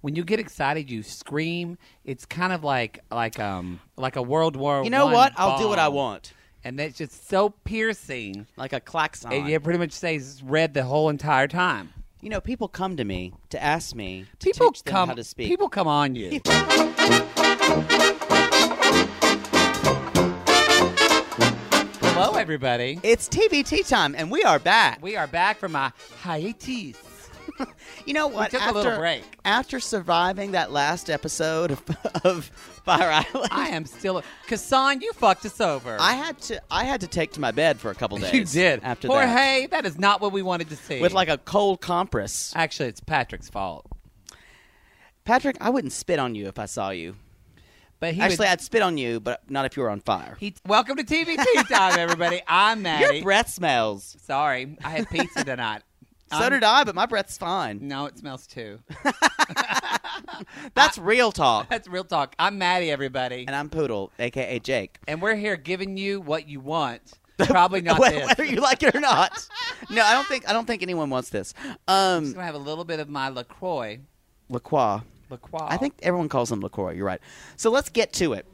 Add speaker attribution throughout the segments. Speaker 1: when you get excited, you scream. It's kind of like like um like a World War.
Speaker 2: You know
Speaker 1: One
Speaker 2: what? I'll do what I
Speaker 1: bomb.
Speaker 2: want.
Speaker 1: and that's just so piercing.
Speaker 2: Like a klaxon.
Speaker 1: And it pretty much stays red the whole entire time.
Speaker 2: You know, people come to me to ask me to
Speaker 1: People
Speaker 2: teach them
Speaker 1: come
Speaker 2: how to speak.
Speaker 1: People come on you. Hello, everybody.
Speaker 2: It's TVT time, and we are back.
Speaker 1: We are back from our hiatus.
Speaker 2: you know what?
Speaker 1: took a
Speaker 2: after,
Speaker 1: little break.
Speaker 2: After surviving that last episode of, of Fire Island,
Speaker 1: I am still Kassan. You fucked us over.
Speaker 2: I had to I had to take to my bed for a couple days.
Speaker 1: you did.
Speaker 2: after
Speaker 1: Jorge,
Speaker 2: that
Speaker 1: that is not what we wanted to see.
Speaker 2: with like a cold compress.
Speaker 1: actually, it's Patrick's fault.
Speaker 2: Patrick, I wouldn't spit on you if I saw you.
Speaker 1: But he
Speaker 2: Actually,
Speaker 1: was,
Speaker 2: I'd spit on you, but not if you were on fire.
Speaker 1: he welcome to TVT time, everybody. I'm Maddie.
Speaker 2: Your breath smells.
Speaker 1: Sorry, I had pizza tonight.
Speaker 2: so
Speaker 1: I'm-
Speaker 2: did I, but my breath's fine.
Speaker 1: No, it smells too.
Speaker 2: That's real talk.
Speaker 1: That's real talk. I'm Maddie, everybody,
Speaker 2: And I'm Poodle, aka Jake.
Speaker 1: and we're here giving you what you want. Probably not
Speaker 2: Whether,
Speaker 1: this.
Speaker 2: whether you like it or not. No, I don't think I don't think anyone wants this. Um,
Speaker 1: I'm gonna have a little bit of my Lacroix.
Speaker 2: LaCroix.
Speaker 1: Lacroix.
Speaker 2: I think everyone calls them LaCroix. You're right. So let's get to it.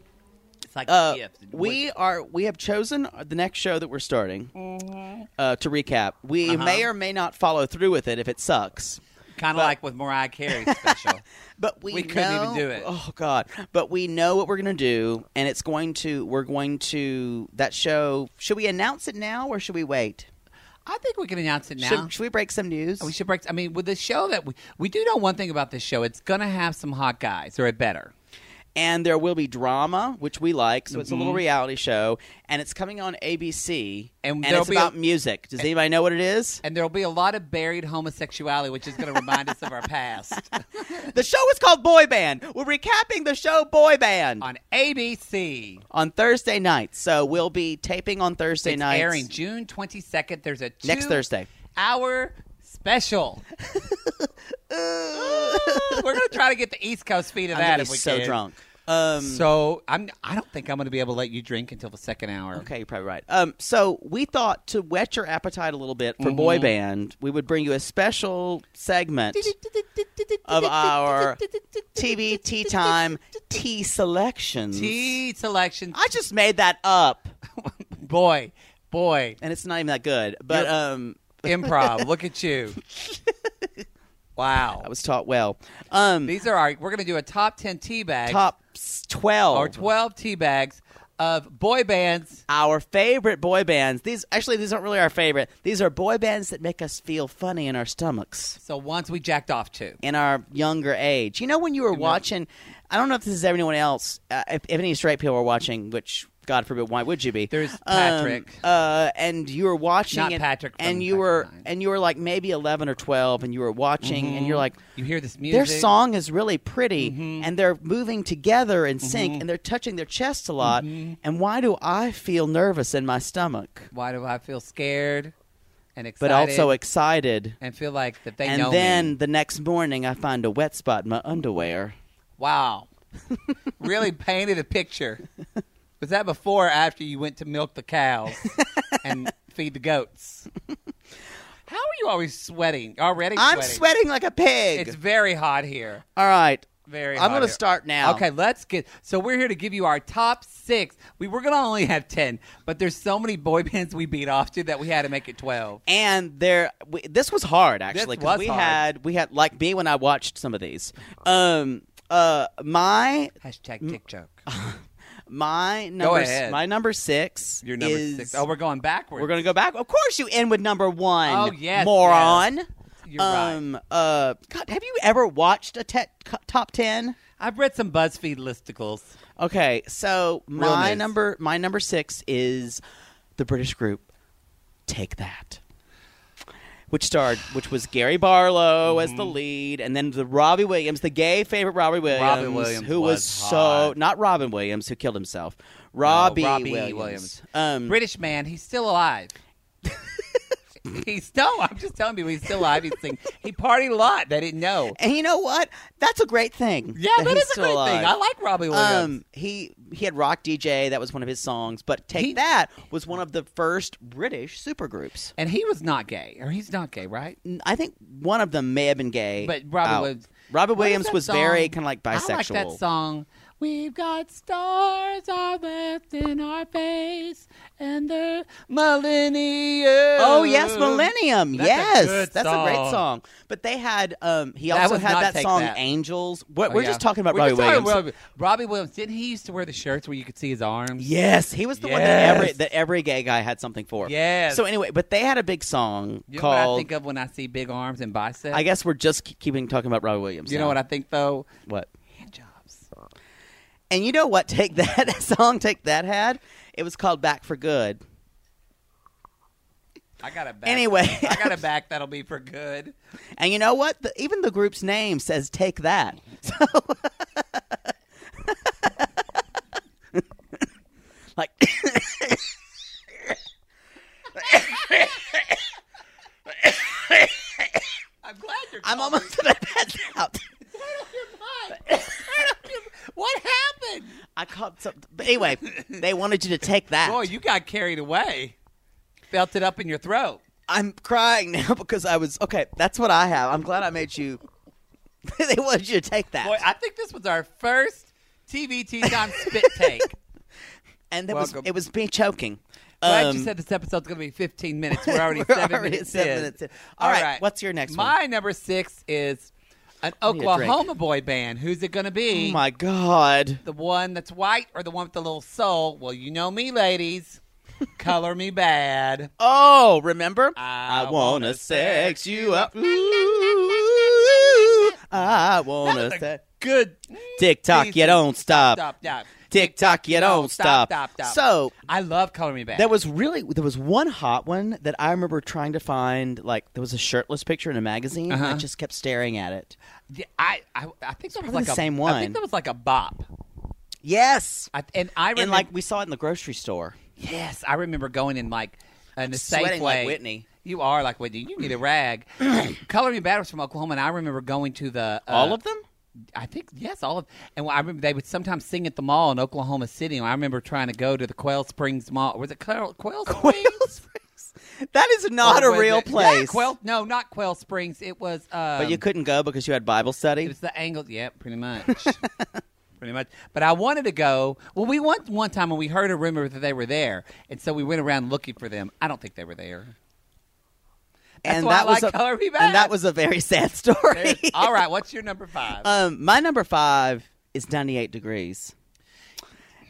Speaker 1: it's like
Speaker 2: Uh,
Speaker 1: a gift.
Speaker 2: we are we have chosen the next show that we're starting. Uh, to recap, we
Speaker 1: Uh-huh.
Speaker 2: may or may not follow through with it if it sucks.
Speaker 1: kind of like with Mariah Carey's special.
Speaker 2: But we,
Speaker 1: We couldn't even
Speaker 2: know-
Speaker 1: do it.
Speaker 2: Oh God! But we know what we're going to do, and it's going to we're going to that show. Should we announce it now or should we wait?
Speaker 1: I think we can announce it now.
Speaker 2: Should, should we break some news?
Speaker 1: We should break. I mean, with the show that we we do know one thing about this show, it's gonna have some hot guys, or it better.
Speaker 2: and there will be drama, which we like. So it's a little reality show, and it's coming on ABC,
Speaker 1: Mm-hmm. And there'll
Speaker 2: it's
Speaker 1: be
Speaker 2: about
Speaker 1: a-
Speaker 2: music. Does anybody know what it is?
Speaker 1: And there'll be a lot of buried homosexuality, which is gonna remind us of our past
Speaker 2: the show is called Boy Band. We're recapping the show Boy Band on,
Speaker 1: on ABC.
Speaker 2: Thursday night. So we'll be taping on Thursday
Speaker 1: it's
Speaker 2: nights.
Speaker 1: airing June twenty second. There's a two
Speaker 2: Next Thursday.
Speaker 1: hour special. We're gonna try to get the East Coast speed of
Speaker 2: I'm
Speaker 1: that
Speaker 2: gonna
Speaker 1: if
Speaker 2: be
Speaker 1: we
Speaker 2: so
Speaker 1: can.
Speaker 2: drunk. Um,
Speaker 1: So I'm. I don't think I'm gonna be able to let you drink until the second hour.
Speaker 2: Okay, you're probably right. Um, so we thought to whet your appetite a little bit for
Speaker 1: Mm-hmm.
Speaker 2: boy band, we would bring you a special segment of our TV tea time tea selections.
Speaker 1: Tea selection.
Speaker 2: I just made that up,
Speaker 1: boy, boy,
Speaker 2: and it's not even that good. But
Speaker 1: You're-
Speaker 2: um,
Speaker 1: improv. Look at you. Wow.
Speaker 2: I was taught well. Um,
Speaker 1: These are our. We're gonna do a top ten tea bags
Speaker 2: top s- twelve
Speaker 1: or twelve tea bags of boy bands.
Speaker 2: our favorite boy bands. These actually these aren't really our favorite. These are boy bands that make us feel funny in our stomachs.
Speaker 1: So once we jacked off to.
Speaker 2: in our younger age. You know, when you were watching, I don't know if this is anyone else, uh, if, if any straight people were watching, which God forbid, why would you be?
Speaker 1: There's
Speaker 2: Um,
Speaker 1: Patrick.
Speaker 2: uh, and you were watching,
Speaker 1: Not
Speaker 2: and,
Speaker 1: Patrick from
Speaker 2: and you
Speaker 1: Patrick
Speaker 2: were
Speaker 1: Nine.
Speaker 2: and you were like maybe eleven or twelve, and you were watching, and you're like.
Speaker 1: You hear this music. Mm-hmm.
Speaker 2: Their song is really pretty, and they're moving together in sync, and they're touching their chests a lot.
Speaker 1: Mm-hmm.
Speaker 2: And why do I feel nervous in my stomach,
Speaker 1: Why do I feel scared and excited?
Speaker 2: but also excited?
Speaker 1: and feel like that they know
Speaker 2: And then
Speaker 1: me.
Speaker 2: the next morning, I find a wet spot in my underwear.
Speaker 1: Wow, really painted a picture. Was that before or after you went to milk the cows and feed the goats? How are you always sweating? Already,
Speaker 2: I'm sweating like a pig.
Speaker 1: It's very hot here.
Speaker 2: All right.
Speaker 1: Very.
Speaker 2: I'm
Speaker 1: hot
Speaker 2: going to
Speaker 1: here.
Speaker 2: start now.
Speaker 1: Okay, let's get. So we're here to give you our top six. We were gonna only have ten, but there's so many boy bands we beat off to that we had to make it twelve.
Speaker 2: And there, we, this was hard actually
Speaker 1: This
Speaker 2: 'cause
Speaker 1: was
Speaker 2: we
Speaker 1: hard.
Speaker 2: had we had like me when I watched some of these. Um, uh, my
Speaker 1: Hashtag dick joke.
Speaker 2: Mm, my number s-
Speaker 1: ahead.
Speaker 2: my number six.
Speaker 1: Your number
Speaker 2: is,
Speaker 1: six. Oh, we're going backwards.
Speaker 2: we're going to go back. Of course, you end with number one.
Speaker 1: Oh, yes,
Speaker 2: moron.
Speaker 1: You're right.
Speaker 2: um, uh, God, have you ever watched a te- co- top ten?
Speaker 1: I've read some BuzzFeed listicles.
Speaker 2: Okay, so
Speaker 1: Real
Speaker 2: my
Speaker 1: news.
Speaker 2: number my number six is the British group Take That. Which starred which was Gary Barlow as
Speaker 1: Mm-hmm.
Speaker 2: the lead, and then the Robbie Williams, the gay favorite Robbie Williams,
Speaker 1: Williams
Speaker 2: who
Speaker 1: was
Speaker 2: was, so
Speaker 1: hot.
Speaker 2: not Robin Williams who killed himself. Robbie,
Speaker 1: Robbie
Speaker 2: Williams.
Speaker 1: Williams.
Speaker 2: Um
Speaker 1: British man, he's still alive. he's no, I'm just telling people he's still alive. He's sing, he partied a lot. They didn't know.
Speaker 2: and you know what? That's a great thing.
Speaker 1: Yeah, that
Speaker 2: he's
Speaker 1: is a
Speaker 2: still
Speaker 1: great
Speaker 2: alive.
Speaker 1: thing. I like Robbie Williams.
Speaker 2: Um, he he had rock DJ. That was one of his songs. But Take
Speaker 1: He-
Speaker 2: That was one of the first British supergroups.
Speaker 1: and he was not gay, or he's not gay, right?
Speaker 2: I think one of them may have been gay.
Speaker 1: But Robbie
Speaker 2: out.
Speaker 1: Williams,
Speaker 2: Robin
Speaker 1: What is
Speaker 2: Williams
Speaker 1: that
Speaker 2: was
Speaker 1: song?
Speaker 2: very kind of like
Speaker 1: I like that
Speaker 2: bisexual.
Speaker 1: song. We've got stars all left in our face, and the millennium.
Speaker 2: Oh yes, Millennium.
Speaker 1: That's a
Speaker 2: yes,
Speaker 1: good
Speaker 2: that's a great
Speaker 1: song.
Speaker 2: song. But they had um, he
Speaker 1: That
Speaker 2: also
Speaker 1: would
Speaker 2: had
Speaker 1: not
Speaker 2: that
Speaker 1: take
Speaker 2: song
Speaker 1: that.
Speaker 2: Angels. What,
Speaker 1: Oh,
Speaker 2: we're
Speaker 1: yeah.
Speaker 2: just talking about
Speaker 1: We're
Speaker 2: Robbie
Speaker 1: just talking
Speaker 2: Williams.
Speaker 1: about Robbie- Robbie Williams. Didn't he used to wear the shirts where you could see his arms?
Speaker 2: Yes, he was the one that
Speaker 1: Yes.
Speaker 2: every that every gay guy had something for.
Speaker 1: Yes.
Speaker 2: So anyway, but they had a big song
Speaker 1: You know what I
Speaker 2: called.
Speaker 1: think of when I see big arms and biceps?
Speaker 2: I guess we're just keep- keeping talking about Robbie Williams.
Speaker 1: you know
Speaker 2: now.
Speaker 1: what I think though?
Speaker 2: What?
Speaker 1: Hand jobs.
Speaker 2: And you know what? Take that that song. Take that had. It was called Back for Good.
Speaker 1: I got a back.
Speaker 2: Anyway.
Speaker 1: I got a back that'll be for good.
Speaker 2: And you know what? The, even the group's name says Take That. So like
Speaker 1: I'm glad you're.
Speaker 2: I'm
Speaker 1: calling.
Speaker 2: almost at that out.
Speaker 1: Your mind. what happened?
Speaker 2: I caught some but anyway, they wanted you to take that.
Speaker 1: Boy, you got carried away. Felt it up in your throat.
Speaker 2: I'm crying now because I was okay, that's what I have. I'm glad I made you they wanted you to take that.
Speaker 1: Boy, I think this was our first TVT time spit take.
Speaker 2: and it was
Speaker 1: welcome.
Speaker 2: it was me choking.
Speaker 1: Glad
Speaker 2: Um,
Speaker 1: you said this episode's going to be 15 minutes. We're already
Speaker 2: We're
Speaker 1: 7
Speaker 2: already
Speaker 1: minutes
Speaker 2: seven
Speaker 1: in.
Speaker 2: minutes in. All right, what's your next
Speaker 1: My number 6 is an
Speaker 2: need a drink.
Speaker 1: Oklahoma boy band. Who's it going to be?
Speaker 2: Oh my god.
Speaker 1: the one that's white or the one with the little soul? Well, you know me, ladies. Color me bad.
Speaker 2: Oh, remember?
Speaker 1: I
Speaker 2: wanna
Speaker 1: wanna
Speaker 2: sex
Speaker 1: sex
Speaker 2: you up. Ooh, I wanna
Speaker 1: That was a
Speaker 2: sex.
Speaker 1: good.
Speaker 2: Tick tock, you
Speaker 1: decent-
Speaker 2: don't stop.
Speaker 1: Stop, stop.
Speaker 2: Tick tock, you don't
Speaker 1: Don't stop,
Speaker 2: stop.
Speaker 1: stop, stop.
Speaker 2: So
Speaker 1: I love Color Me Bad.
Speaker 2: there was really there was one hot one that I remember trying to find. Like there was a shirtless picture in a magazine. and I
Speaker 1: Uh-huh.
Speaker 2: just kept staring at it.
Speaker 1: Yeah, I, I, I think that was
Speaker 2: probably
Speaker 1: like
Speaker 2: the
Speaker 1: a,
Speaker 2: same
Speaker 1: I
Speaker 2: one.
Speaker 1: think that was like a bop.
Speaker 2: Yes,
Speaker 1: I, and I remember,
Speaker 2: and like we saw it in the grocery store.
Speaker 1: yes, I remember going in like in the Safeway.
Speaker 2: Sweating like Whitney.
Speaker 1: You are like Whitney. You need a rag. Color Me Bad was from Oklahoma, and I remember going to the uh,
Speaker 2: All of them.
Speaker 1: I think yes, all of. And I remember they would sometimes sing at the mall in Oklahoma City. And I remember trying to go to the Quail Springs Mall. Was it Quail, Quail Springs?
Speaker 2: That is not
Speaker 1: Or
Speaker 2: a
Speaker 1: was
Speaker 2: real
Speaker 1: it- yeah,
Speaker 2: place.
Speaker 1: Quail, no, not Quail Springs. It was. Um,
Speaker 2: but you couldn't go because you had Bible
Speaker 1: It
Speaker 2: study.
Speaker 1: was the angle. Yeah, pretty much. pretty much. But I wanted to go. Well, we went one time and we heard a rumor that they were there, and so we went around looking for them. I don't think they were there. That's
Speaker 2: and
Speaker 1: why
Speaker 2: that
Speaker 1: I
Speaker 2: was
Speaker 1: like
Speaker 2: a,
Speaker 1: Color Me Bad.
Speaker 2: and that was a very sad story.
Speaker 1: There's- All right, what's your number five?
Speaker 2: Um, my number five is 98 degrees.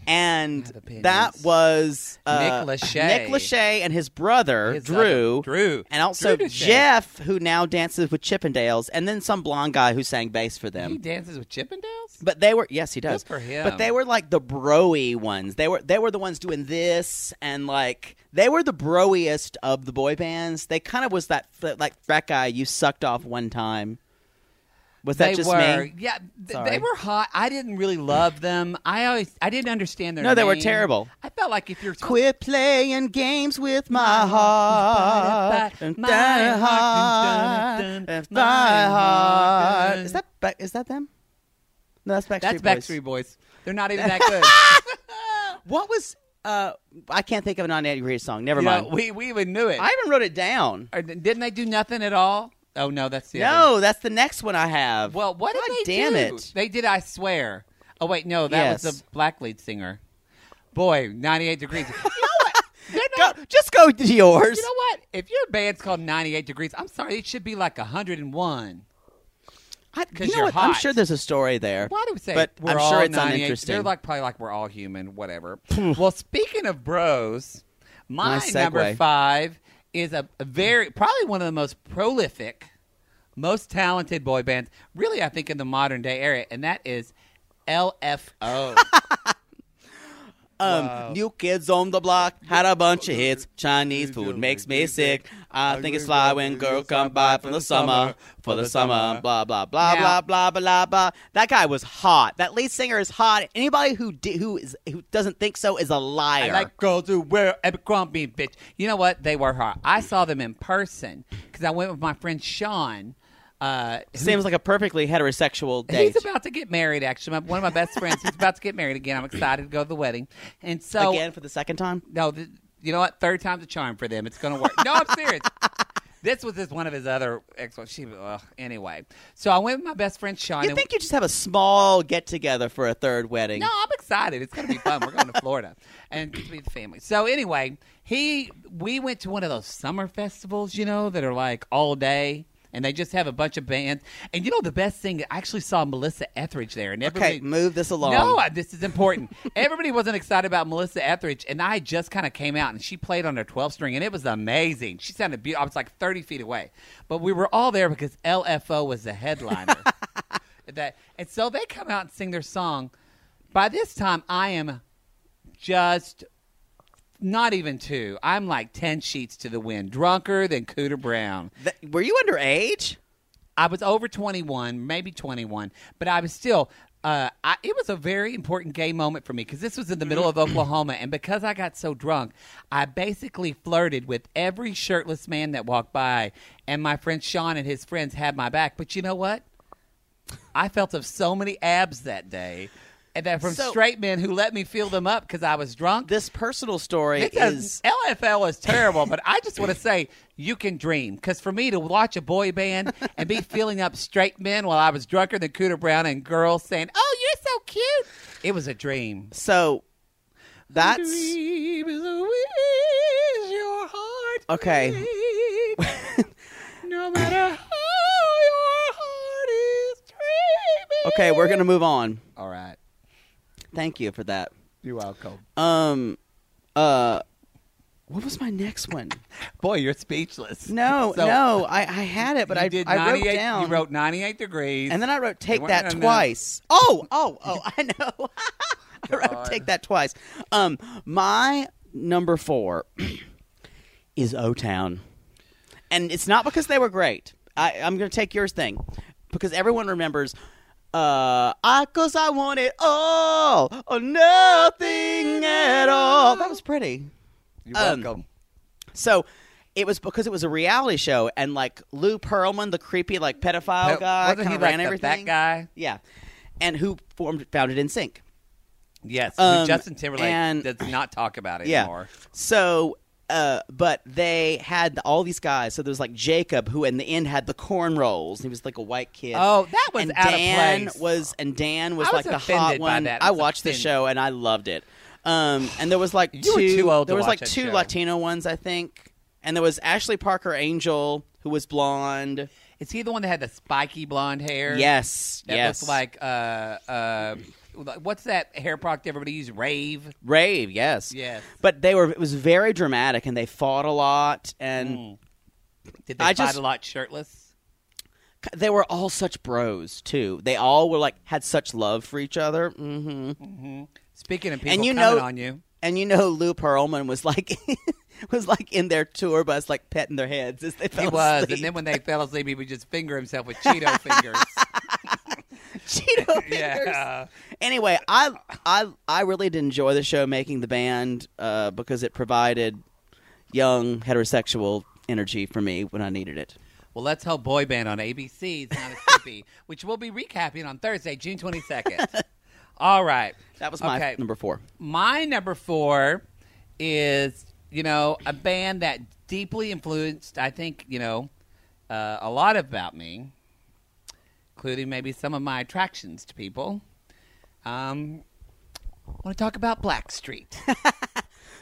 Speaker 2: And
Speaker 1: I have
Speaker 2: that
Speaker 1: opinions.
Speaker 2: was uh,
Speaker 1: Nick Lachey.
Speaker 2: Nick Lachey and his brother
Speaker 1: His
Speaker 2: Drew,
Speaker 1: other- Drew.
Speaker 2: and also
Speaker 1: Drew Lachey.
Speaker 2: Jeff, who now dances with Chippendales, and then some blonde guy who sang bass for
Speaker 1: he
Speaker 2: them.
Speaker 1: dances with Chippendales.
Speaker 2: But they were yes, he does.
Speaker 1: Good for him.
Speaker 2: But they were like the broy ones. They were they were the ones doing this and like they were the broiest of the boy bands. They kind of was that like that guy you sucked off one time. Was that
Speaker 1: they
Speaker 2: just
Speaker 1: were,
Speaker 2: me?
Speaker 1: yeah, th-
Speaker 2: Sorry.
Speaker 1: they were hot. I didn't really love them. I always, I didn't understand their.
Speaker 2: No, they were
Speaker 1: name.
Speaker 2: terrible.
Speaker 1: I felt like if you're
Speaker 2: Quit playing games with my heart.
Speaker 1: Dun, dun,
Speaker 2: My
Speaker 1: dun, dun,
Speaker 2: heart.
Speaker 1: dun, dun,
Speaker 2: My heart.
Speaker 1: dun.
Speaker 2: Is that Ba- is that them? No, that's
Speaker 1: that's
Speaker 2: Backstreet Boys.
Speaker 1: Backstreet Boys. They're not even that good.
Speaker 2: What was uh I can't think of a 98 degrees song. Never
Speaker 1: You know,
Speaker 2: mind.
Speaker 1: we we even knew it.
Speaker 2: I even wrote it down.
Speaker 1: Or th- didn't they do nothing at all? Oh no, that's the other.
Speaker 2: No, that's the next one I have.
Speaker 1: Well, what
Speaker 2: God
Speaker 1: did they
Speaker 2: damn
Speaker 1: do?
Speaker 2: it.
Speaker 1: They did. I swear. Oh wait, no, that
Speaker 2: Yes.
Speaker 1: was the black lead singer. Boy, ninety eight degrees. you know what? They're
Speaker 2: Go,
Speaker 1: not.
Speaker 2: just go to yours.
Speaker 1: You know what? If your band's called ninety eight degrees, I'm sorry, it should be like hundred and one.
Speaker 2: I,
Speaker 1: 'cause
Speaker 2: you know
Speaker 1: you're
Speaker 2: what? I'm
Speaker 1: hot.
Speaker 2: sure there's a story there.
Speaker 1: Why do we say?
Speaker 2: But
Speaker 1: we're
Speaker 2: I'm
Speaker 1: all
Speaker 2: sure it's
Speaker 1: 98?
Speaker 2: uninteresting. Hmm.
Speaker 1: They're like probably like we're all human, whatever. well, speaking of bros, my
Speaker 2: Nice
Speaker 1: number
Speaker 2: segue.
Speaker 1: five is a, a very probably one of the most prolific, most talented boy bands. Really, I think in the modern day era, and that is LFO.
Speaker 2: um, new kids on the block had a bunch of hits. Chinese food makes me sick. I think it's fly when girls come by for the summer, for the summer. Blah blah blah blah
Speaker 1: Now-
Speaker 2: blah blah blah. That guy was hot. That lead singer is hot. Anybody who di- who is who doesn't think so is a
Speaker 1: I
Speaker 2: liar.
Speaker 1: like girls who wear Abercrombie, bitch. You know what? They were hot. I saw them in person because I went with my friend Sean. Uh, who
Speaker 2: Seems like a perfectly heterosexual date.
Speaker 1: He's about to get married. Actually, my, one of my best friends. He's about to get married again. I'm excited to go to the wedding. And so,
Speaker 2: Again for the second time.
Speaker 1: no, th- you know what? Third time's a charm for them. It's going to work. No, I'm serious. This was just one of his other ex. She ugh, anyway. So I went with my best friend Sean.
Speaker 2: You
Speaker 1: and
Speaker 2: think you just have a small get together for a third wedding?
Speaker 1: No, I'm excited. It's gonna be fun. We're going to Florida and to be the family. So anyway, he we went to one of those summer festivals, you know, that are like all day. And they just have a bunch of bands. And you know the best thing? I actually saw Melissa Etheridge there, and
Speaker 2: Okay,
Speaker 1: everybody.
Speaker 2: move this along.
Speaker 1: No, I- this is important. Everybody wasn't excited about Melissa Etheridge, and I just kind of came out, and she played on her 12 string, and it was amazing. She sounded beautiful. I was like 30 feet away, but we were all there because LFO was the headliner. that, and so they come out and sing their song. By this time, I am just not even two. I'm like 10 sheets to the wind, drunker than Cooter Brown.
Speaker 2: Th- were you underage?
Speaker 1: I was over 21, maybe 21, but I was still. Uh, I, it was a very important gay moment for me because this was in the middle of Oklahoma, and because I got so drunk, I basically flirted with every shirtless man that walked by, and my friend Sean and his friends had my back. But you know what? I felt of so many abs that day, and that from
Speaker 2: So-
Speaker 1: straight men who let me feel them up because I was drunk.
Speaker 2: This personal story
Speaker 1: It does,
Speaker 2: is
Speaker 1: LFL is terrible, but I just want to say you can dream. Because for me to watch a boy band and be feeling up straight men while I was drunker than Cooter Brown and girls saying, "Oh, you're so cute," it was a dream.
Speaker 2: so. That's
Speaker 1: Dream is a wish your heart
Speaker 2: Okay.
Speaker 1: makes, no matter how your heart is dreaming.
Speaker 2: okay. We're gonna move on.
Speaker 1: All right.
Speaker 2: Thank you for that.
Speaker 1: You're welcome.
Speaker 2: Um, uh, what was my next one?
Speaker 1: Boy, you're speechless.
Speaker 2: No,
Speaker 1: So,
Speaker 2: no, I, I had it, but
Speaker 1: you
Speaker 2: I
Speaker 1: did
Speaker 2: I wrote
Speaker 1: 98
Speaker 2: down.
Speaker 1: You wrote 98 degrees.
Speaker 2: and then I wrote "Take
Speaker 1: weren't
Speaker 2: That"
Speaker 1: enough.
Speaker 2: twice. Oh, oh, oh! I know. I wrote
Speaker 1: God.
Speaker 2: "Take That" twice. Um, my number four is O Town, and it's not because they were great. I, I'm going to take yours thing because everyone remembers. Uh, I cause I want it all or nothing at all. That was pretty.
Speaker 1: You're
Speaker 2: Um,
Speaker 1: welcome.
Speaker 2: So it was because it was a reality show, and like Lou Pearlman, the creepy like pedophile
Speaker 1: Pe-
Speaker 2: guy,
Speaker 1: wasn't
Speaker 2: kinda
Speaker 1: he
Speaker 2: ran
Speaker 1: like the- that
Speaker 2: everything.
Speaker 1: guy?
Speaker 2: yeah, and who formed founded in sync.
Speaker 1: Yes,
Speaker 2: Um,
Speaker 1: who Justin Timberlake
Speaker 2: and-
Speaker 1: does not talk about it anymore.
Speaker 2: Yeah. So, uh, but they had all these guys. So there was like Jacob, who in the end had the corn rolls. He was like a white kid.
Speaker 1: Oh, that was
Speaker 2: and
Speaker 1: out of
Speaker 2: Dan
Speaker 1: place.
Speaker 2: Was and Dan was,
Speaker 1: I was
Speaker 2: like the hot
Speaker 1: offended by
Speaker 2: one.
Speaker 1: that. I
Speaker 2: I
Speaker 1: was
Speaker 2: watched the
Speaker 1: offended.
Speaker 2: show and I loved it. Um, and there was like
Speaker 1: You were
Speaker 2: two.
Speaker 1: too old to
Speaker 2: there was
Speaker 1: watch
Speaker 2: like
Speaker 1: that
Speaker 2: two
Speaker 1: show.
Speaker 2: Latino ones, I think. And there was Ashley Parker Angel, who was blonde.
Speaker 1: Is he the one that had the spiky blonde hair?
Speaker 2: Yes,
Speaker 1: that
Speaker 2: yes.
Speaker 1: looks like uh uh, what's that hair product everybody uses? Rave.
Speaker 2: Rave, yes,
Speaker 1: Yes.
Speaker 2: But they were. It was very dramatic, and they fought a lot, and
Speaker 1: Mm. Did they
Speaker 2: I
Speaker 1: fight
Speaker 2: just-
Speaker 1: a lot shirtless?
Speaker 2: they were all such bros too. They all were like had such love for each other. hmm
Speaker 1: Speaking of people
Speaker 2: And you
Speaker 1: coming
Speaker 2: know-
Speaker 1: on you,
Speaker 2: And you know, Lou Pearlman was like was like in their tour bus, like petting their heads as they fell
Speaker 1: he was,
Speaker 2: asleep.
Speaker 1: and then when they fell asleep, he would just finger himself with Cheeto fingers.
Speaker 2: Cheeto fingers.
Speaker 1: yeah,
Speaker 2: Anyway, I I I really did enjoy the show making the band uh, because it provided young heterosexual energy for me when I needed it.
Speaker 1: Well, let's hope Boy Band on ABC is not a skippy, which we'll be recapping on Thursday, June 22nd. All right.
Speaker 2: That was my
Speaker 1: Okay.
Speaker 2: number four.
Speaker 1: My number four is, you know, a band that deeply influenced, I think, you know, uh, a lot about me, including maybe some of my attractions to people. Um, I want to talk about Blackstreet.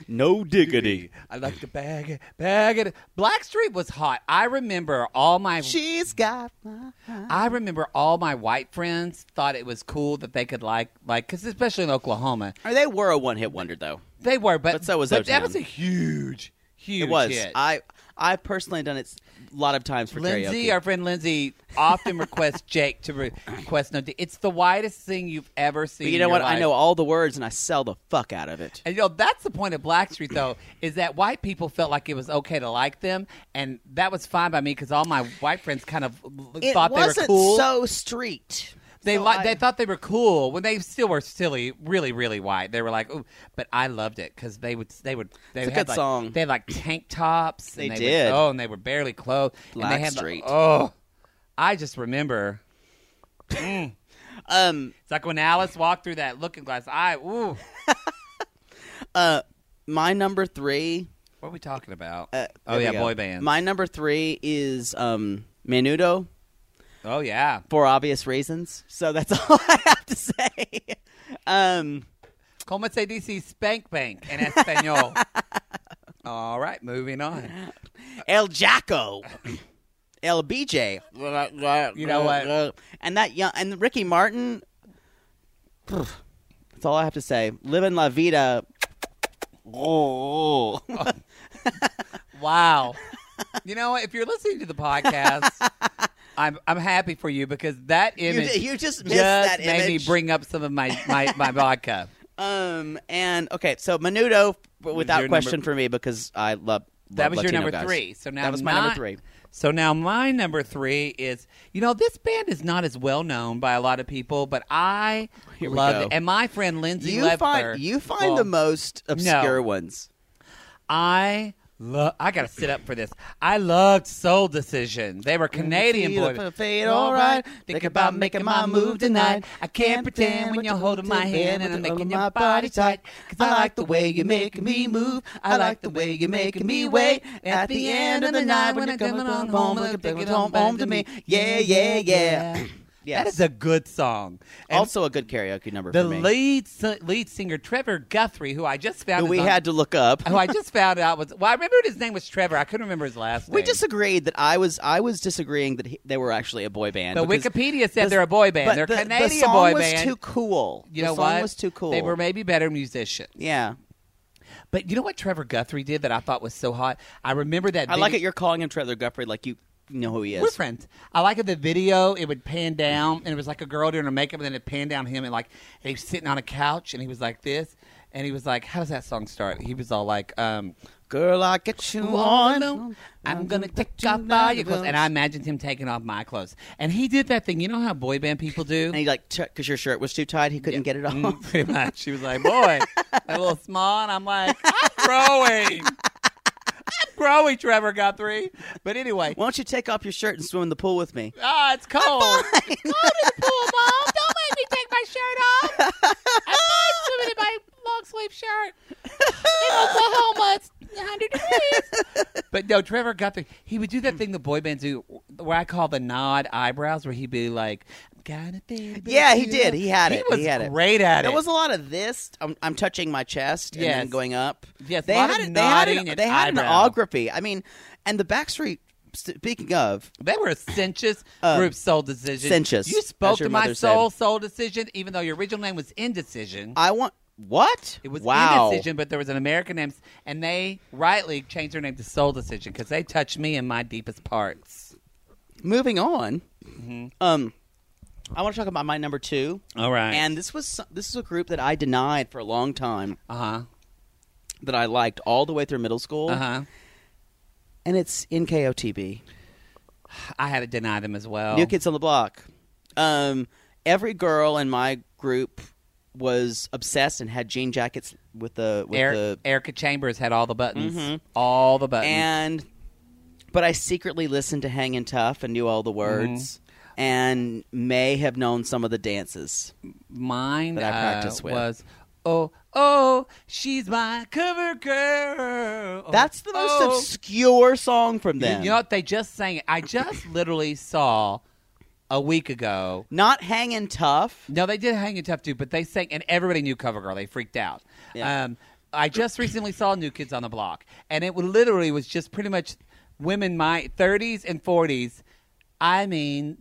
Speaker 2: No diggity.
Speaker 1: I like to bag it, bag it. Blackstreet was hot. I remember all my
Speaker 2: She's got my heart.
Speaker 1: I remember all my white friends thought it was cool that they could like like because especially in Oklahoma
Speaker 2: Or They were a one hit wonder though.
Speaker 1: they were, but,
Speaker 2: But so was
Speaker 1: that
Speaker 2: O-Town.
Speaker 1: was a huge, huge.
Speaker 2: It was.
Speaker 1: hit.
Speaker 2: I I personally done it a lot of times for
Speaker 1: Lindsay,
Speaker 2: karaoke.
Speaker 1: our friend Lindsay, often requests Jake to re- request no. D- It's the widest thing you've ever seen.
Speaker 2: but you
Speaker 1: in
Speaker 2: know
Speaker 1: your
Speaker 2: what? I
Speaker 1: life.
Speaker 2: know all the words and I sell the fuck out of it.
Speaker 1: And you know that's the point of Blackstreet though is that white people felt like it was okay to like them, and that was fine by me because all my white friends kind of l-
Speaker 2: It
Speaker 1: thought they
Speaker 2: wasn't
Speaker 1: were cool.
Speaker 2: so street.
Speaker 1: They
Speaker 2: So
Speaker 1: li-
Speaker 2: I-
Speaker 1: they thought they were cool when they still were silly, really, really white. They were like, "Ooh," but I loved it because they would they would they
Speaker 2: It's a
Speaker 1: had
Speaker 2: good
Speaker 1: like,
Speaker 2: song.
Speaker 1: They had like tank tops.
Speaker 2: They
Speaker 1: and would-
Speaker 2: did.
Speaker 1: oh, and they were barely clothed. and they had, like-
Speaker 2: Blackstreet.
Speaker 1: oh, I just remember.
Speaker 2: um
Speaker 1: It's like when Alice walked through that looking glass. I ooh,
Speaker 2: uh my number three
Speaker 1: What are we talking about?
Speaker 2: Uh,
Speaker 1: oh
Speaker 2: there
Speaker 1: yeah,
Speaker 2: we go.
Speaker 1: boy bands.
Speaker 2: My number three is um, Menudo
Speaker 1: oh yeah.
Speaker 2: for obvious reasons. So that's all I have to say. Um,
Speaker 1: Como se dice spank bank in Espanol? All right, moving on.
Speaker 2: El Jacko. El BJ.
Speaker 1: You know what?
Speaker 2: And that young and Ricky Martin. That's all I have to say. Living La Vida. Oh.
Speaker 1: Wow. You know, what? if you're listening to the podcast, I'm I'm happy for you because that
Speaker 2: You,
Speaker 1: image
Speaker 2: you just missed
Speaker 1: just
Speaker 2: that
Speaker 1: made me
Speaker 2: image.
Speaker 1: bring up some of my my, my vodka.
Speaker 2: um and okay, so Menudo without
Speaker 1: your
Speaker 2: question
Speaker 1: number-
Speaker 2: for me because I love.
Speaker 1: That
Speaker 2: love
Speaker 1: was
Speaker 2: Latino
Speaker 1: your number
Speaker 2: guys.
Speaker 1: three. So now
Speaker 2: that was my number
Speaker 1: not-
Speaker 2: three.
Speaker 1: So now my number three is you know this band is not as well known by a lot of people, but I
Speaker 2: Here we
Speaker 1: love
Speaker 2: go.
Speaker 1: it. And my friend Lindsay
Speaker 2: You
Speaker 1: Lefler,
Speaker 2: find you find
Speaker 1: well,
Speaker 2: the most obscure ones.
Speaker 1: I love. I gotta sit up for this. I loved Soul Decision. They were Canadian
Speaker 2: Feel
Speaker 1: boy.
Speaker 2: the fade, all right. Think about making my move tonight.
Speaker 1: I can't pretend when you're holding my hand and I'm making your body tight. Cause I like the way you're making me move. I like the way you're making me wait. At the end of the night when you're coming on home, I'm taking home home to me. Yeah, yeah, yeah.
Speaker 2: Yes.
Speaker 1: That is a good song. And
Speaker 2: also a good karaoke number
Speaker 1: the
Speaker 2: for me.
Speaker 1: lead si- lead singer Trevor Guthrie, who I just found
Speaker 2: who
Speaker 1: is
Speaker 2: we
Speaker 1: on-
Speaker 2: had to look up.
Speaker 1: who I just found out was well, I remembered his name was Trevor. I couldn't remember his last name.
Speaker 2: We disagreed that I was I was disagreeing that he, they were actually a boy band.
Speaker 1: But
Speaker 2: because-
Speaker 1: Wikipedia said
Speaker 2: the-
Speaker 1: they're a boy band.
Speaker 2: but
Speaker 1: they're
Speaker 2: the,
Speaker 1: Canadian
Speaker 2: the song
Speaker 1: boy
Speaker 2: was
Speaker 1: band.
Speaker 2: Too cool.
Speaker 1: you
Speaker 2: the
Speaker 1: know
Speaker 2: song
Speaker 1: what?
Speaker 2: was too cool.
Speaker 1: They were maybe better musicians.
Speaker 2: yeah.
Speaker 1: But you know what Trevor Guthrie did that I thought was so hot? I remember that
Speaker 2: I like it.
Speaker 1: video-
Speaker 2: You're calling him Trevor Guthrie like you know who he is.
Speaker 1: We're friends. I like it. The video, it would pan down, and it was like a girl doing her makeup, and then it panned down him, and like and he was sitting on a couch, and he was like this, and he was like, "How does that song start?" He was all like, um,
Speaker 2: Girl, I get you on.
Speaker 1: I'm gonna take off all your clothes, and I imagined him taking off my clothes, and he did that thing. You know how boy band people do?
Speaker 2: And he like because your shirt was too tight, he couldn't get it off.
Speaker 1: Mm, pretty much. She was like, boy, a little small. And I'm like, I'm growing. I'm growing, Trevor Guthrie. But anyway,
Speaker 2: Why don't you take off your shirt and swim in the pool with me?
Speaker 1: ah, it's cold. It's cold in the pool, Mom. Don't make me take my shirt off. I'm fine swimming in my long sleeve shirt. In Oklahoma, it's 100 degrees. But no, Trevor Guthrie, he would do that thing the boy bands do, where I call the nod eyebrows, where he'd be like, I'm gonna be. with
Speaker 2: Yeah, he
Speaker 1: you."
Speaker 2: did. He had it.
Speaker 1: was
Speaker 2: He had it.
Speaker 1: great at it.
Speaker 2: There was a lot of this. I'm, I'm touching my chest and then
Speaker 1: Yes.
Speaker 2: going up.
Speaker 1: Yes,
Speaker 2: they
Speaker 1: a lot
Speaker 2: had
Speaker 1: of
Speaker 2: it. They had
Speaker 1: nodding
Speaker 2: an,
Speaker 1: and
Speaker 2: they had an
Speaker 1: eyebrow.
Speaker 2: ography. I mean, and the Backstreet. Speaking of,
Speaker 1: They were a sensuous
Speaker 2: Uh,
Speaker 1: group soul decision.
Speaker 2: sensuous,
Speaker 1: You
Speaker 2: as
Speaker 1: spoke
Speaker 2: your
Speaker 1: to my
Speaker 2: mother
Speaker 1: soul,
Speaker 2: said.
Speaker 1: soul decision, even though your original name was indecision.
Speaker 2: I want what?
Speaker 1: it was
Speaker 2: wow.
Speaker 1: indecision, but there was an American name, and they rightly changed their name to soul decision because they touched me in my deepest parts.
Speaker 2: Moving on.
Speaker 1: Mm-hmm.
Speaker 2: Um, I want to talk about my number two,
Speaker 1: All right.
Speaker 2: and this was so- this is a group that I denied for a long time
Speaker 1: uh huh.
Speaker 2: that I liked all the way through middle school,
Speaker 1: Uh huh.
Speaker 2: and it's NKOTB.
Speaker 1: I had to deny them as well.
Speaker 2: New Kids on the Block. Um, every girl in my group was obsessed and had jean jackets with the with
Speaker 1: Eric,
Speaker 2: the
Speaker 1: Erica Chambers had all the buttons,
Speaker 2: Mhm.
Speaker 1: all the buttons.
Speaker 2: and. But I secretly listened to Hangin' Tough and knew all the
Speaker 1: Mm-hmm.
Speaker 2: words, and may have known some of the dances.
Speaker 1: mine
Speaker 2: that I
Speaker 1: uh,
Speaker 2: practice with.
Speaker 1: was oh oh she's my cover girl.
Speaker 2: That's the most
Speaker 1: Oh,
Speaker 2: obscure song from
Speaker 1: You-
Speaker 2: them.
Speaker 1: You know what? They just sang it. I just literally saw a week ago.
Speaker 2: Not hanging tough.
Speaker 1: No, they did Hanging Tough too, but they sang, and everybody knew CoverGirl. They freaked out.
Speaker 2: Yeah.
Speaker 1: Um, I just recently saw New Kids on the Block, and it literally was just pretty much women my 30s and 40s. I mean,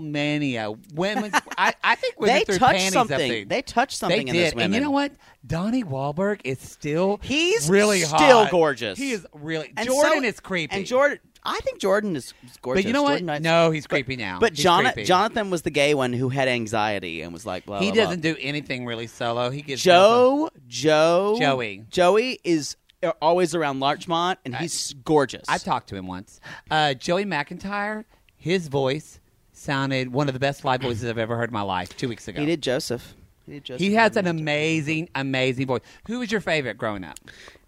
Speaker 1: Beatlemania. Women, I, I think women
Speaker 2: They
Speaker 1: through
Speaker 2: touched
Speaker 1: panties
Speaker 2: something.
Speaker 1: up there.
Speaker 2: They touched something
Speaker 1: They
Speaker 2: in
Speaker 1: did.
Speaker 2: this women.
Speaker 1: And you know what? Donnie Wahlberg is still
Speaker 2: He's
Speaker 1: really
Speaker 2: still
Speaker 1: hot.
Speaker 2: gorgeous.
Speaker 1: He is really
Speaker 2: And
Speaker 1: Jordan
Speaker 2: so-
Speaker 1: is creepy.
Speaker 2: And Jordan, I think Jordan is is gorgeous.
Speaker 1: But you know what?
Speaker 2: Jordan Knight's-
Speaker 1: No, he's creepy now.
Speaker 2: But
Speaker 1: He's
Speaker 2: Jona-
Speaker 1: creepy.
Speaker 2: Jonathan was the gay one who had anxiety and was like, blah,
Speaker 1: he
Speaker 2: blah,
Speaker 1: doesn't
Speaker 2: blah.
Speaker 1: do anything really solo. He gets
Speaker 2: Joe, Joe,
Speaker 1: Joey.
Speaker 2: Joey is always around Larchmont, and he's gorgeous.
Speaker 1: I talked to him once. Uh, Joey McIntyre, his voice sounded one of the best live voices I've ever heard in my life. Two weeks ago,
Speaker 2: he did Joseph. He did Joseph.
Speaker 1: He has an amazing, amazing voice. Who was your favorite growing up?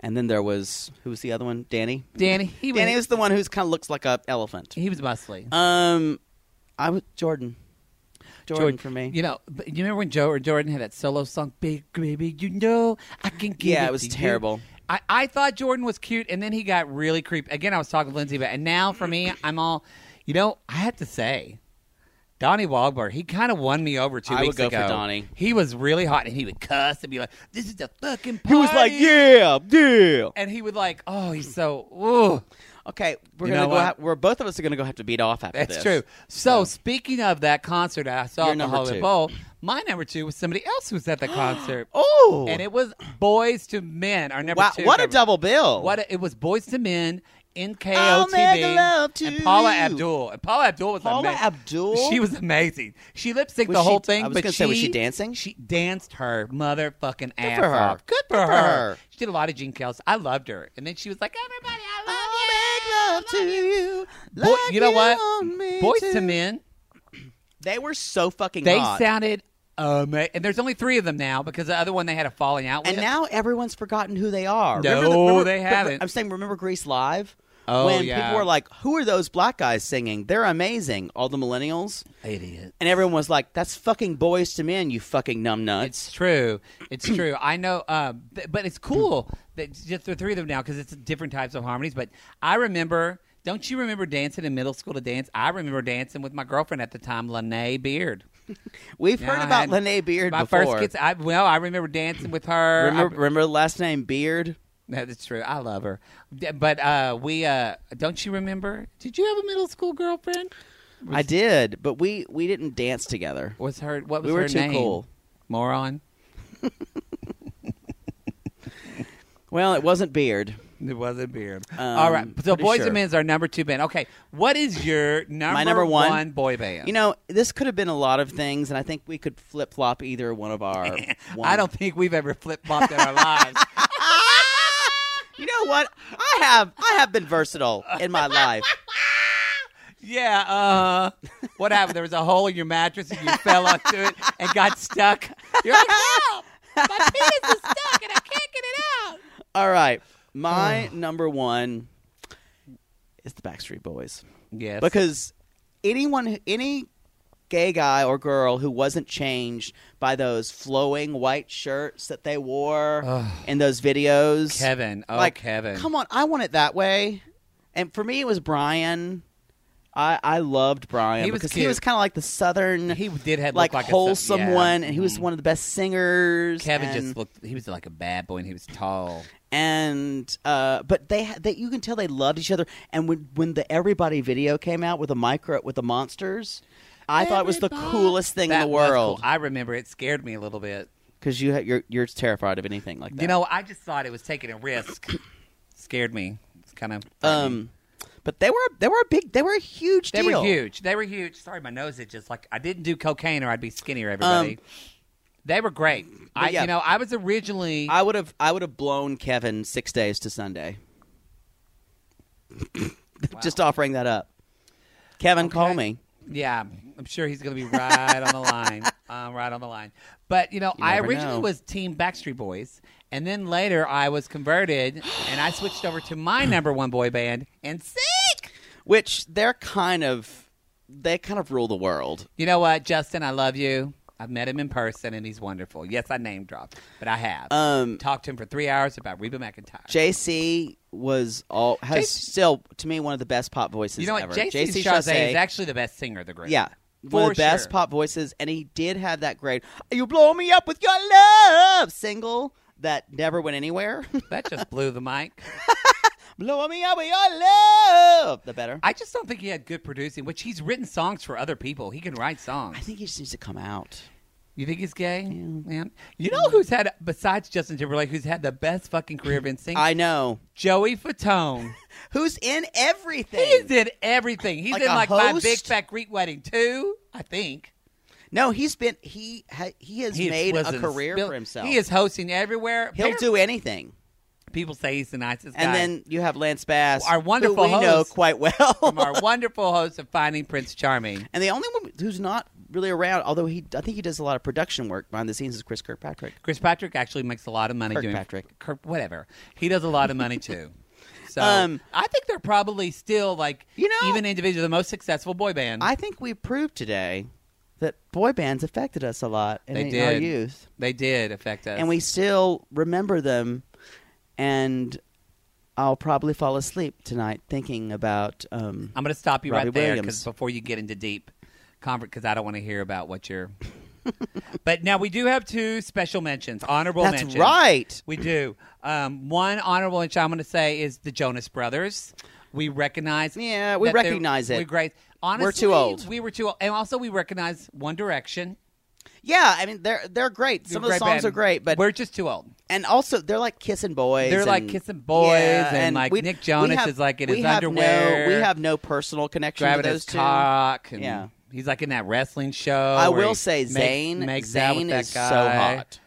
Speaker 2: and then there was who was the other one? Danny.
Speaker 1: Danny. He was.
Speaker 2: Danny was the one who's kind of looks like a elephant.
Speaker 1: he was muscly.
Speaker 2: Um, I was Jordan. Jordan,
Speaker 1: Jordan-
Speaker 2: for me.
Speaker 1: You know, but you remember when Joe or Jordan had that solo song, "Big Baby"? You know, I can give
Speaker 2: Yeah,
Speaker 1: it
Speaker 2: it was
Speaker 1: to you."
Speaker 2: terrible.
Speaker 1: I, I thought Jordan was cute, and then he got really creepy. Again, I was talking to Lindsay about, and now for me, I'm all, you know, I have to say, Donnie Wahlberg, he kind of won me over two
Speaker 2: I would
Speaker 1: weeks
Speaker 2: go for
Speaker 1: ago.
Speaker 2: Donnie.
Speaker 1: He was really hot, and he would cuss and be like, "This is a fucking." Party.
Speaker 2: He was like, yeah, yeah.
Speaker 1: and he would like, "Oh, he's so." Ooh.
Speaker 2: Okay, we're
Speaker 1: You
Speaker 2: gonna
Speaker 1: know
Speaker 2: go.
Speaker 1: what?
Speaker 2: Ha- we're both of us are gonna go have to beat off after
Speaker 1: That's
Speaker 2: this.
Speaker 1: true. So, speaking of that concert that I saw
Speaker 2: Your
Speaker 1: at the
Speaker 2: number
Speaker 1: Hollywood
Speaker 2: two.
Speaker 1: Bowl, my number two was somebody else who was at the concert,
Speaker 2: Oh,
Speaker 1: and it was Boys to Men. Our number
Speaker 2: wow,
Speaker 1: two.
Speaker 2: what a
Speaker 1: favorite.
Speaker 2: double bill!
Speaker 1: What a, it was Boys to Men. NKOTB
Speaker 2: I'll make love to
Speaker 1: and Paula
Speaker 2: you.
Speaker 1: Abdul. And Paula Abdul was
Speaker 2: Paula
Speaker 1: amazing.
Speaker 2: Abdul?
Speaker 1: She was amazing. She lip synced
Speaker 2: Was
Speaker 1: the whole
Speaker 2: she-
Speaker 1: thing.
Speaker 2: I was
Speaker 1: but
Speaker 2: gonna
Speaker 1: she,
Speaker 2: say, was she dancing?
Speaker 1: She danced her motherfucking ass
Speaker 2: for her.
Speaker 1: off. Good for
Speaker 2: Good for
Speaker 1: her.
Speaker 2: her.
Speaker 1: She did a lot of Gene Kells. I loved her. And then she was like, "Everybody, I love you."
Speaker 2: I'll make love to you.
Speaker 1: Boy,
Speaker 2: like
Speaker 1: you know what?
Speaker 2: want me
Speaker 1: Boys to Men.
Speaker 2: They were so fucking
Speaker 1: They
Speaker 2: hot.
Speaker 1: sounded amazing. And there's only three of them now because the other one they had a falling out with.
Speaker 2: and now everyone's forgotten who they are.
Speaker 1: No,
Speaker 2: Remember the- remember-
Speaker 1: they
Speaker 2: remember-
Speaker 1: haven't.
Speaker 2: I'm saying, remember Grease Live?
Speaker 1: Oh,
Speaker 2: when
Speaker 1: yeah.
Speaker 2: people were like, "Who are those black guys singing? They're amazing." All the millennials,
Speaker 1: idiot.
Speaker 2: and everyone was like, "That's fucking boys to men, you fucking numbnuts."
Speaker 1: It's true. It's true. I know, uh, b- but it's cool that just the three of them now because it's different types of harmonies. But I remember. Don't you remember dancing in middle school to dance? I remember dancing with my girlfriend at the time, Lene Beard.
Speaker 2: We've
Speaker 1: Yeah,
Speaker 2: heard
Speaker 1: I
Speaker 2: about
Speaker 1: had-
Speaker 2: Lene Beard
Speaker 1: my
Speaker 2: before.
Speaker 1: first kids. I, well, I remember dancing with her.
Speaker 2: remember,
Speaker 1: I-
Speaker 2: remember the last name Beard?
Speaker 1: No, that's true. I love her. D- But uh, we uh, don't you remember? Did you have a middle school girlfriend?
Speaker 2: I did, but we we didn't dance together.
Speaker 1: Was her what was
Speaker 2: We were
Speaker 1: her
Speaker 2: too
Speaker 1: name?
Speaker 2: cool.
Speaker 1: Moron.
Speaker 2: Well, it wasn't Beard.
Speaker 1: It was a beard. All right. So
Speaker 2: Um, pretty
Speaker 1: Boys
Speaker 2: sure.
Speaker 1: and Men's are number two band. Okay. What is your number,
Speaker 2: My number one?
Speaker 1: boy band?
Speaker 2: You know, this could have been a lot of things, and I think we could flip flop either one of our. one.
Speaker 1: I don't think we've ever flip flopped in our lives.
Speaker 2: You know what? I have I have been versatile in my life.
Speaker 1: Yeah, uh what happened? There was a hole in your mattress and you fell onto it and got stuck. You're like, help! My penis is stuck and I can't get it out.
Speaker 2: All right,
Speaker 1: Oh.
Speaker 2: my number one is the Backstreet Boys
Speaker 1: Yes.
Speaker 2: because anyone who- any gay guy or girl who wasn't changed by those flowing white shirts that they wore in those videos
Speaker 1: Kevin. Oh
Speaker 2: like
Speaker 1: Kevin.
Speaker 2: Come on, I want it that way. And for me, it was Brian. I I loved Brian
Speaker 1: He was
Speaker 2: because he
Speaker 1: cute.
Speaker 2: was kind of like the southern,
Speaker 1: He did have
Speaker 2: like,
Speaker 1: look like a-
Speaker 2: wholesome
Speaker 1: yeah. Mm-hmm.
Speaker 2: one, and he was one of the best singers.
Speaker 1: Kevin
Speaker 2: and,
Speaker 1: just looked he was like a bad boy and he was tall.
Speaker 2: and uh, but they ha- that you can tell they loved each other. And when when the Everybody video came out with the micro with the monsters, I thought it was the
Speaker 1: Everybody.
Speaker 2: coolest thing in
Speaker 1: That
Speaker 2: the
Speaker 1: was
Speaker 2: world
Speaker 1: cool. I remember it scared me a little bit.
Speaker 2: because you ha- you're you're terrified of anything like that.
Speaker 1: You know, I just thought it was taking a risk. scared me. It's kind of
Speaker 2: um, but they were they were a big they were a huge
Speaker 1: They
Speaker 2: deal.
Speaker 1: were huge. They were huge. Sorry, my nose is just like I didn't do cocaine or I'd be skinnier. Everybody, they were great. I,
Speaker 2: Um, yeah.
Speaker 1: you know, I was originally.
Speaker 2: I would have I would have blown Kevin six days to Sunday. Just offering that up. Kevin, call me.
Speaker 1: yeah, I'm sure he's going to be right on the line, uh, right on the line. But you know,
Speaker 2: You
Speaker 1: I
Speaker 2: never
Speaker 1: originally
Speaker 2: know.
Speaker 1: was Team Backstreet Boys, and then later I was converted and I switched over to my number one boy band and sick.
Speaker 2: Which they're kind of they kind of rule the world.
Speaker 1: You know what, Justin? I love you. I've met him in person and he's wonderful. Yes, I name dropped, but I have
Speaker 2: Um
Speaker 1: talked to him for three hours about Reba McIntyre.
Speaker 2: JC was all has
Speaker 1: JC
Speaker 2: still to me one of the best pop voices
Speaker 1: You know what?
Speaker 2: ever.
Speaker 1: JC
Speaker 2: JC
Speaker 1: Chazet
Speaker 2: Chazet,
Speaker 1: is actually the best singer of the group.
Speaker 2: yeah, one of
Speaker 1: For
Speaker 2: the best
Speaker 1: sure.
Speaker 2: pop voices, and he did have that great "You blow me up with your love" single that never went anywhere.
Speaker 1: That just blew the mic.
Speaker 2: blow me up with your love, the better.
Speaker 1: I just don't think he had good producing, which he's written songs for other people. He can write songs.
Speaker 2: I think he just needs to come out.
Speaker 1: you think he's gay? Yeah. You know who's had, besides Justin Timberlake, who's had the best fucking career of NSYNC?
Speaker 2: I know.
Speaker 1: Joey Fatone.
Speaker 2: Who's in everything?
Speaker 1: He did everything. He's
Speaker 2: Like
Speaker 1: in
Speaker 2: a
Speaker 1: like my
Speaker 2: host?
Speaker 1: Big Fat Greek Wedding too, I think.
Speaker 2: no, he's been he ha, he has
Speaker 1: He
Speaker 2: made
Speaker 1: was
Speaker 2: a
Speaker 1: in-
Speaker 2: career
Speaker 1: Bill-
Speaker 2: for himself.
Speaker 1: He is hosting everywhere.
Speaker 2: He'll
Speaker 1: Apparently,
Speaker 2: do anything.
Speaker 1: People say he's the nicest
Speaker 2: And
Speaker 1: guy.
Speaker 2: then you have Lance Bass,
Speaker 1: Our wonderful
Speaker 2: who we know
Speaker 1: host.
Speaker 2: quite
Speaker 1: from
Speaker 2: well.
Speaker 1: our wonderful host of Finding Prince Charming.
Speaker 2: and the only one who's not really around, although he I think he does a lot of production work behind the scenes, is Chris Kirkpatrick.
Speaker 1: Chris Patrick actually makes a lot of money doing
Speaker 2: Kirkpatrick.
Speaker 1: Kirk, whatever. He does a lot of money too. So
Speaker 2: Um,
Speaker 1: I think they're probably still like
Speaker 2: You know-
Speaker 1: even individually the most successful boy band.
Speaker 2: I think we proved today that boy bands affected us a lot in
Speaker 1: They
Speaker 2: our
Speaker 1: did.
Speaker 2: youth,
Speaker 1: they did affect us,
Speaker 2: and we still remember them and I'll probably fall asleep tonight thinking about. Um,
Speaker 1: I'm going to stop you
Speaker 2: Robbie
Speaker 1: right there
Speaker 2: Williams.
Speaker 1: because before you get into deep convert, because I don't want to hear about what you're. but now we do have two special mentions, honorable
Speaker 2: that's
Speaker 1: mentions.
Speaker 2: right.
Speaker 1: We do. Um, one honorable mention I'm going to say is the Jonas Brothers. We recognize.
Speaker 2: Yeah, we
Speaker 1: that they're-
Speaker 2: recognize it.
Speaker 1: We great. Honestly,
Speaker 2: too old.
Speaker 1: We were too old, and also we recognize One Direction.
Speaker 2: Yeah, I mean they're they're great. Some of the
Speaker 1: Great
Speaker 2: songs
Speaker 1: band.
Speaker 2: are great, but
Speaker 1: we're just too old.
Speaker 2: and also they're like kissing boys.
Speaker 1: They're like
Speaker 2: and-
Speaker 1: kissing boys,
Speaker 2: Yeah,
Speaker 1: and, like
Speaker 2: we-
Speaker 1: Nick
Speaker 2: we
Speaker 1: Jonas
Speaker 2: have-
Speaker 1: is like in
Speaker 2: we
Speaker 1: his
Speaker 2: have
Speaker 1: underwear.
Speaker 2: No, we have no personal connection to
Speaker 1: grabbing his
Speaker 2: those two.
Speaker 1: cock. And
Speaker 2: Yeah.
Speaker 1: He's like in that wrestling show.
Speaker 2: I
Speaker 1: where
Speaker 2: will
Speaker 1: he
Speaker 2: say
Speaker 1: makes-
Speaker 2: Zayn-
Speaker 1: makes out with
Speaker 2: Zayn
Speaker 1: that
Speaker 2: is so
Speaker 1: guy.
Speaker 2: hot.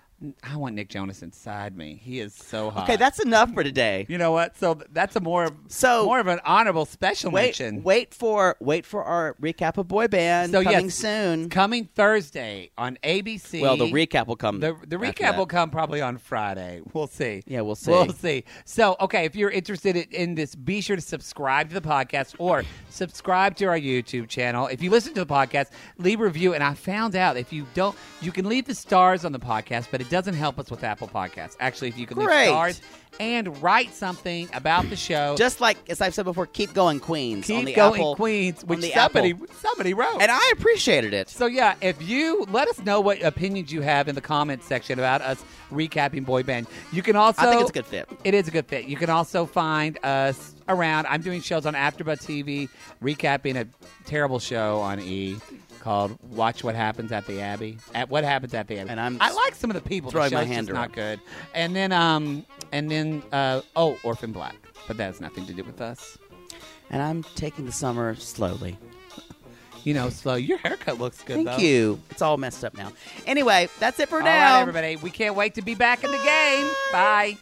Speaker 1: I want Nick Jonas inside me. He is so hot.
Speaker 2: Okay, that's enough for today.
Speaker 1: you know what? So that's a more
Speaker 2: So-
Speaker 1: more of an honorable special
Speaker 2: Wait,
Speaker 1: mention.
Speaker 2: wait for wait for our recap of boy band
Speaker 1: So,
Speaker 2: coming
Speaker 1: yes.
Speaker 2: soon.
Speaker 1: Coming Thursday on ABC.
Speaker 2: Well, the recap will come.
Speaker 1: The, the
Speaker 2: Mm, after
Speaker 1: recap
Speaker 2: that.
Speaker 1: will come probably on Friday. We'll see.
Speaker 2: Yeah, we'll see.
Speaker 1: We'll see. So, okay, if you're interested i- in this, be sure to subscribe to the podcast or subscribe to our YouTube channel. If you listen to the podcast, leave a review. And I found out if you don't, you can leave the stars on the podcast, but it doesn't help us with Apple Podcasts. Actually, if you can
Speaker 2: Great.
Speaker 1: leave stars and write something about the show,
Speaker 2: Just like as I've said before, keep going Queens
Speaker 1: keep
Speaker 2: on the
Speaker 1: going,
Speaker 2: Apple,
Speaker 1: Queens,
Speaker 2: on
Speaker 1: which
Speaker 2: the
Speaker 1: somebody
Speaker 2: Apple.
Speaker 1: somebody wrote.
Speaker 2: and I appreciated it.
Speaker 1: So yeah, if you let us know what opinions you have in the comments section about us recapping boy band, you can also
Speaker 2: I think it's a good fit.
Speaker 1: It is a good fit. You can also find us around. I'm doing shows on AfterBuzz TV, recapping a terrible show on E called "Watch What Happens at the Abbey." At what happens at the Abbey?
Speaker 2: And I'm
Speaker 1: I like some of the people.
Speaker 2: throwing
Speaker 1: the
Speaker 2: my
Speaker 1: show's
Speaker 2: hand
Speaker 1: just
Speaker 2: around.
Speaker 1: not good. And then um, and then uh, oh, Orphan Black, but that has nothing to do with us.
Speaker 2: And I'm taking the summer slowly.
Speaker 1: You know, slow. Your haircut looks good.
Speaker 2: Thank
Speaker 1: though.
Speaker 2: you. It's all messed up now. Anyway, that's it for
Speaker 1: All right,
Speaker 2: now.
Speaker 1: everybody. We can't wait to be back in the game. Bye.